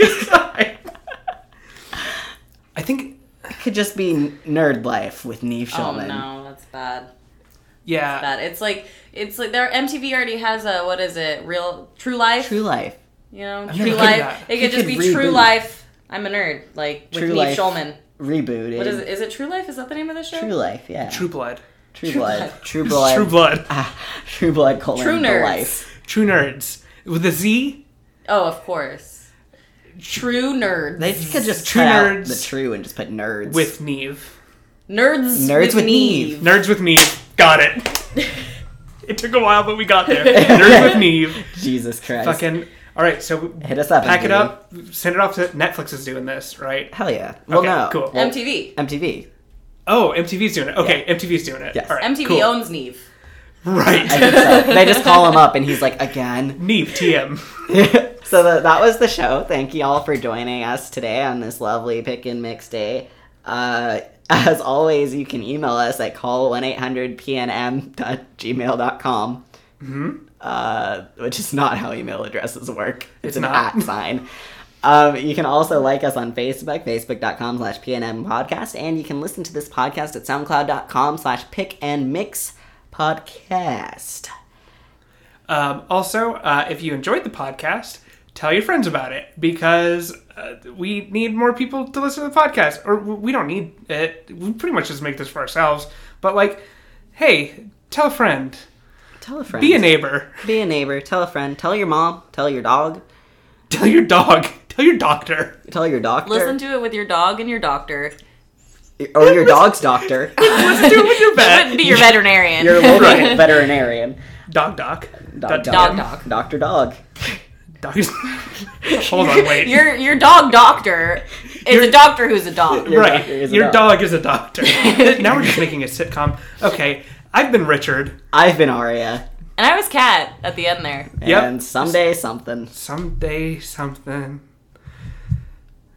S1: I think
S2: it could just be Nerd Life with Neve Schulman.
S3: Oh no, that's bad.
S2: Uh,
S1: yeah.
S3: Bad. It's like it's like their MTV already has a what is it? Real True Life.
S2: True Life.
S3: You know,
S1: never
S3: True
S1: heard
S3: Life.
S1: that.
S3: It could
S2: You
S3: just
S2: could
S3: be True
S2: reboot.
S3: Life. I'm a nerd. Like with
S2: True
S3: Neve
S2: Life.
S3: Schulman.
S2: Rebooted.
S3: What is it? Is it True Life? Is that the name of the show?
S2: True Life, yeah.
S1: True Blood.
S2: True,
S3: True
S2: blood.
S3: Blood.
S1: <laughs>
S2: True blood.
S1: True Blood.
S2: Ah, true blood. Colon,
S3: True
S2: the
S3: nerds.
S2: Life.
S1: True Nerds with a Z.
S3: Oh, of course. True nerds.
S2: They could just
S1: True
S2: cut out
S1: nerds.
S2: the true and just put nerds
S1: With Neve.
S3: nerds.
S2: Nerds with
S3: with
S2: Neve.
S1: Nerds with Neve. Got it.
S3: <laughs>
S1: it took a while, but we got there. Nerds with Neve.
S2: Jesus Christ.
S1: Fucking. All right, so
S2: Hit us up,
S1: Pack it
S2: MTV.
S1: up. Send it off to Netflix is doing this, right?
S2: Hell yeah. Well,
S1: Okay,
S2: no.
S1: cool.
S2: Well,
S3: MTV.
S2: MTV.
S1: Oh, MTV's doing it. Okay, MTV's doing it.
S2: Yes.
S1: All right,
S3: MTV
S1: cool.
S3: owns Neve.
S2: <laughs> I
S1: Right.
S2: think so. they just call him up and he's like, again.
S1: Neve TM.
S2: <laughs> so tha- that was the show. Thank you all for joining us today on this lovely pick and mix day. Uh, as always, you can email us at call 1-800-PNM.gmail.com.
S1: Mm-hmm.
S2: Uh, which is not how email addresses work. It's,
S1: It's
S2: an
S1: not.
S2: at sign. Um, you can also like us on Facebook, facebook.com slash PNM podcast, and you can listen to this podcast at soundcloud.com slash pick and mix podcast.
S1: Um, also, uh, if you enjoyed the podcast, tell your friends about it because uh, we need more people to listen to the podcast. Or w- we don't need it. We pretty much just make this for ourselves. But, like, hey, tell a friend,
S2: Tell a friend.
S1: be a neighbor, <laughs>
S2: Be a neighbor. Tell a friend. Tell your mom. Tell your dog.
S1: tell your dog, <laughs> tell your doctor.
S2: Tell your doctor.
S3: Listen to it with your dog and your doctor.
S2: or your dog's doctor.
S1: Do it with
S3: <laughs>
S1: your
S3: That
S1: vet.
S3: wouldn't be your veterinarian.
S2: Your
S3: <laughs>
S2: local
S1: Right.
S2: veterinarian.
S1: Dog doc.
S2: Dog
S3: Dog
S2: dog.
S3: doc.
S2: Doctor dog.
S1: Dog. <laughs> Hold on, wait.
S3: Your your dog doctor is a doctor who's
S2: <laughs>
S3: a dog.
S2: Your
S1: right.
S2: doctor is a
S1: your
S2: dog.
S1: dog is a
S2: <laughs>
S1: doctor. now we're just making a sitcom. Okay, I've been Richard.
S2: I've been Aria.
S3: And I was cat at the end there.
S1: Yep.
S2: And someday something.
S1: Someday something.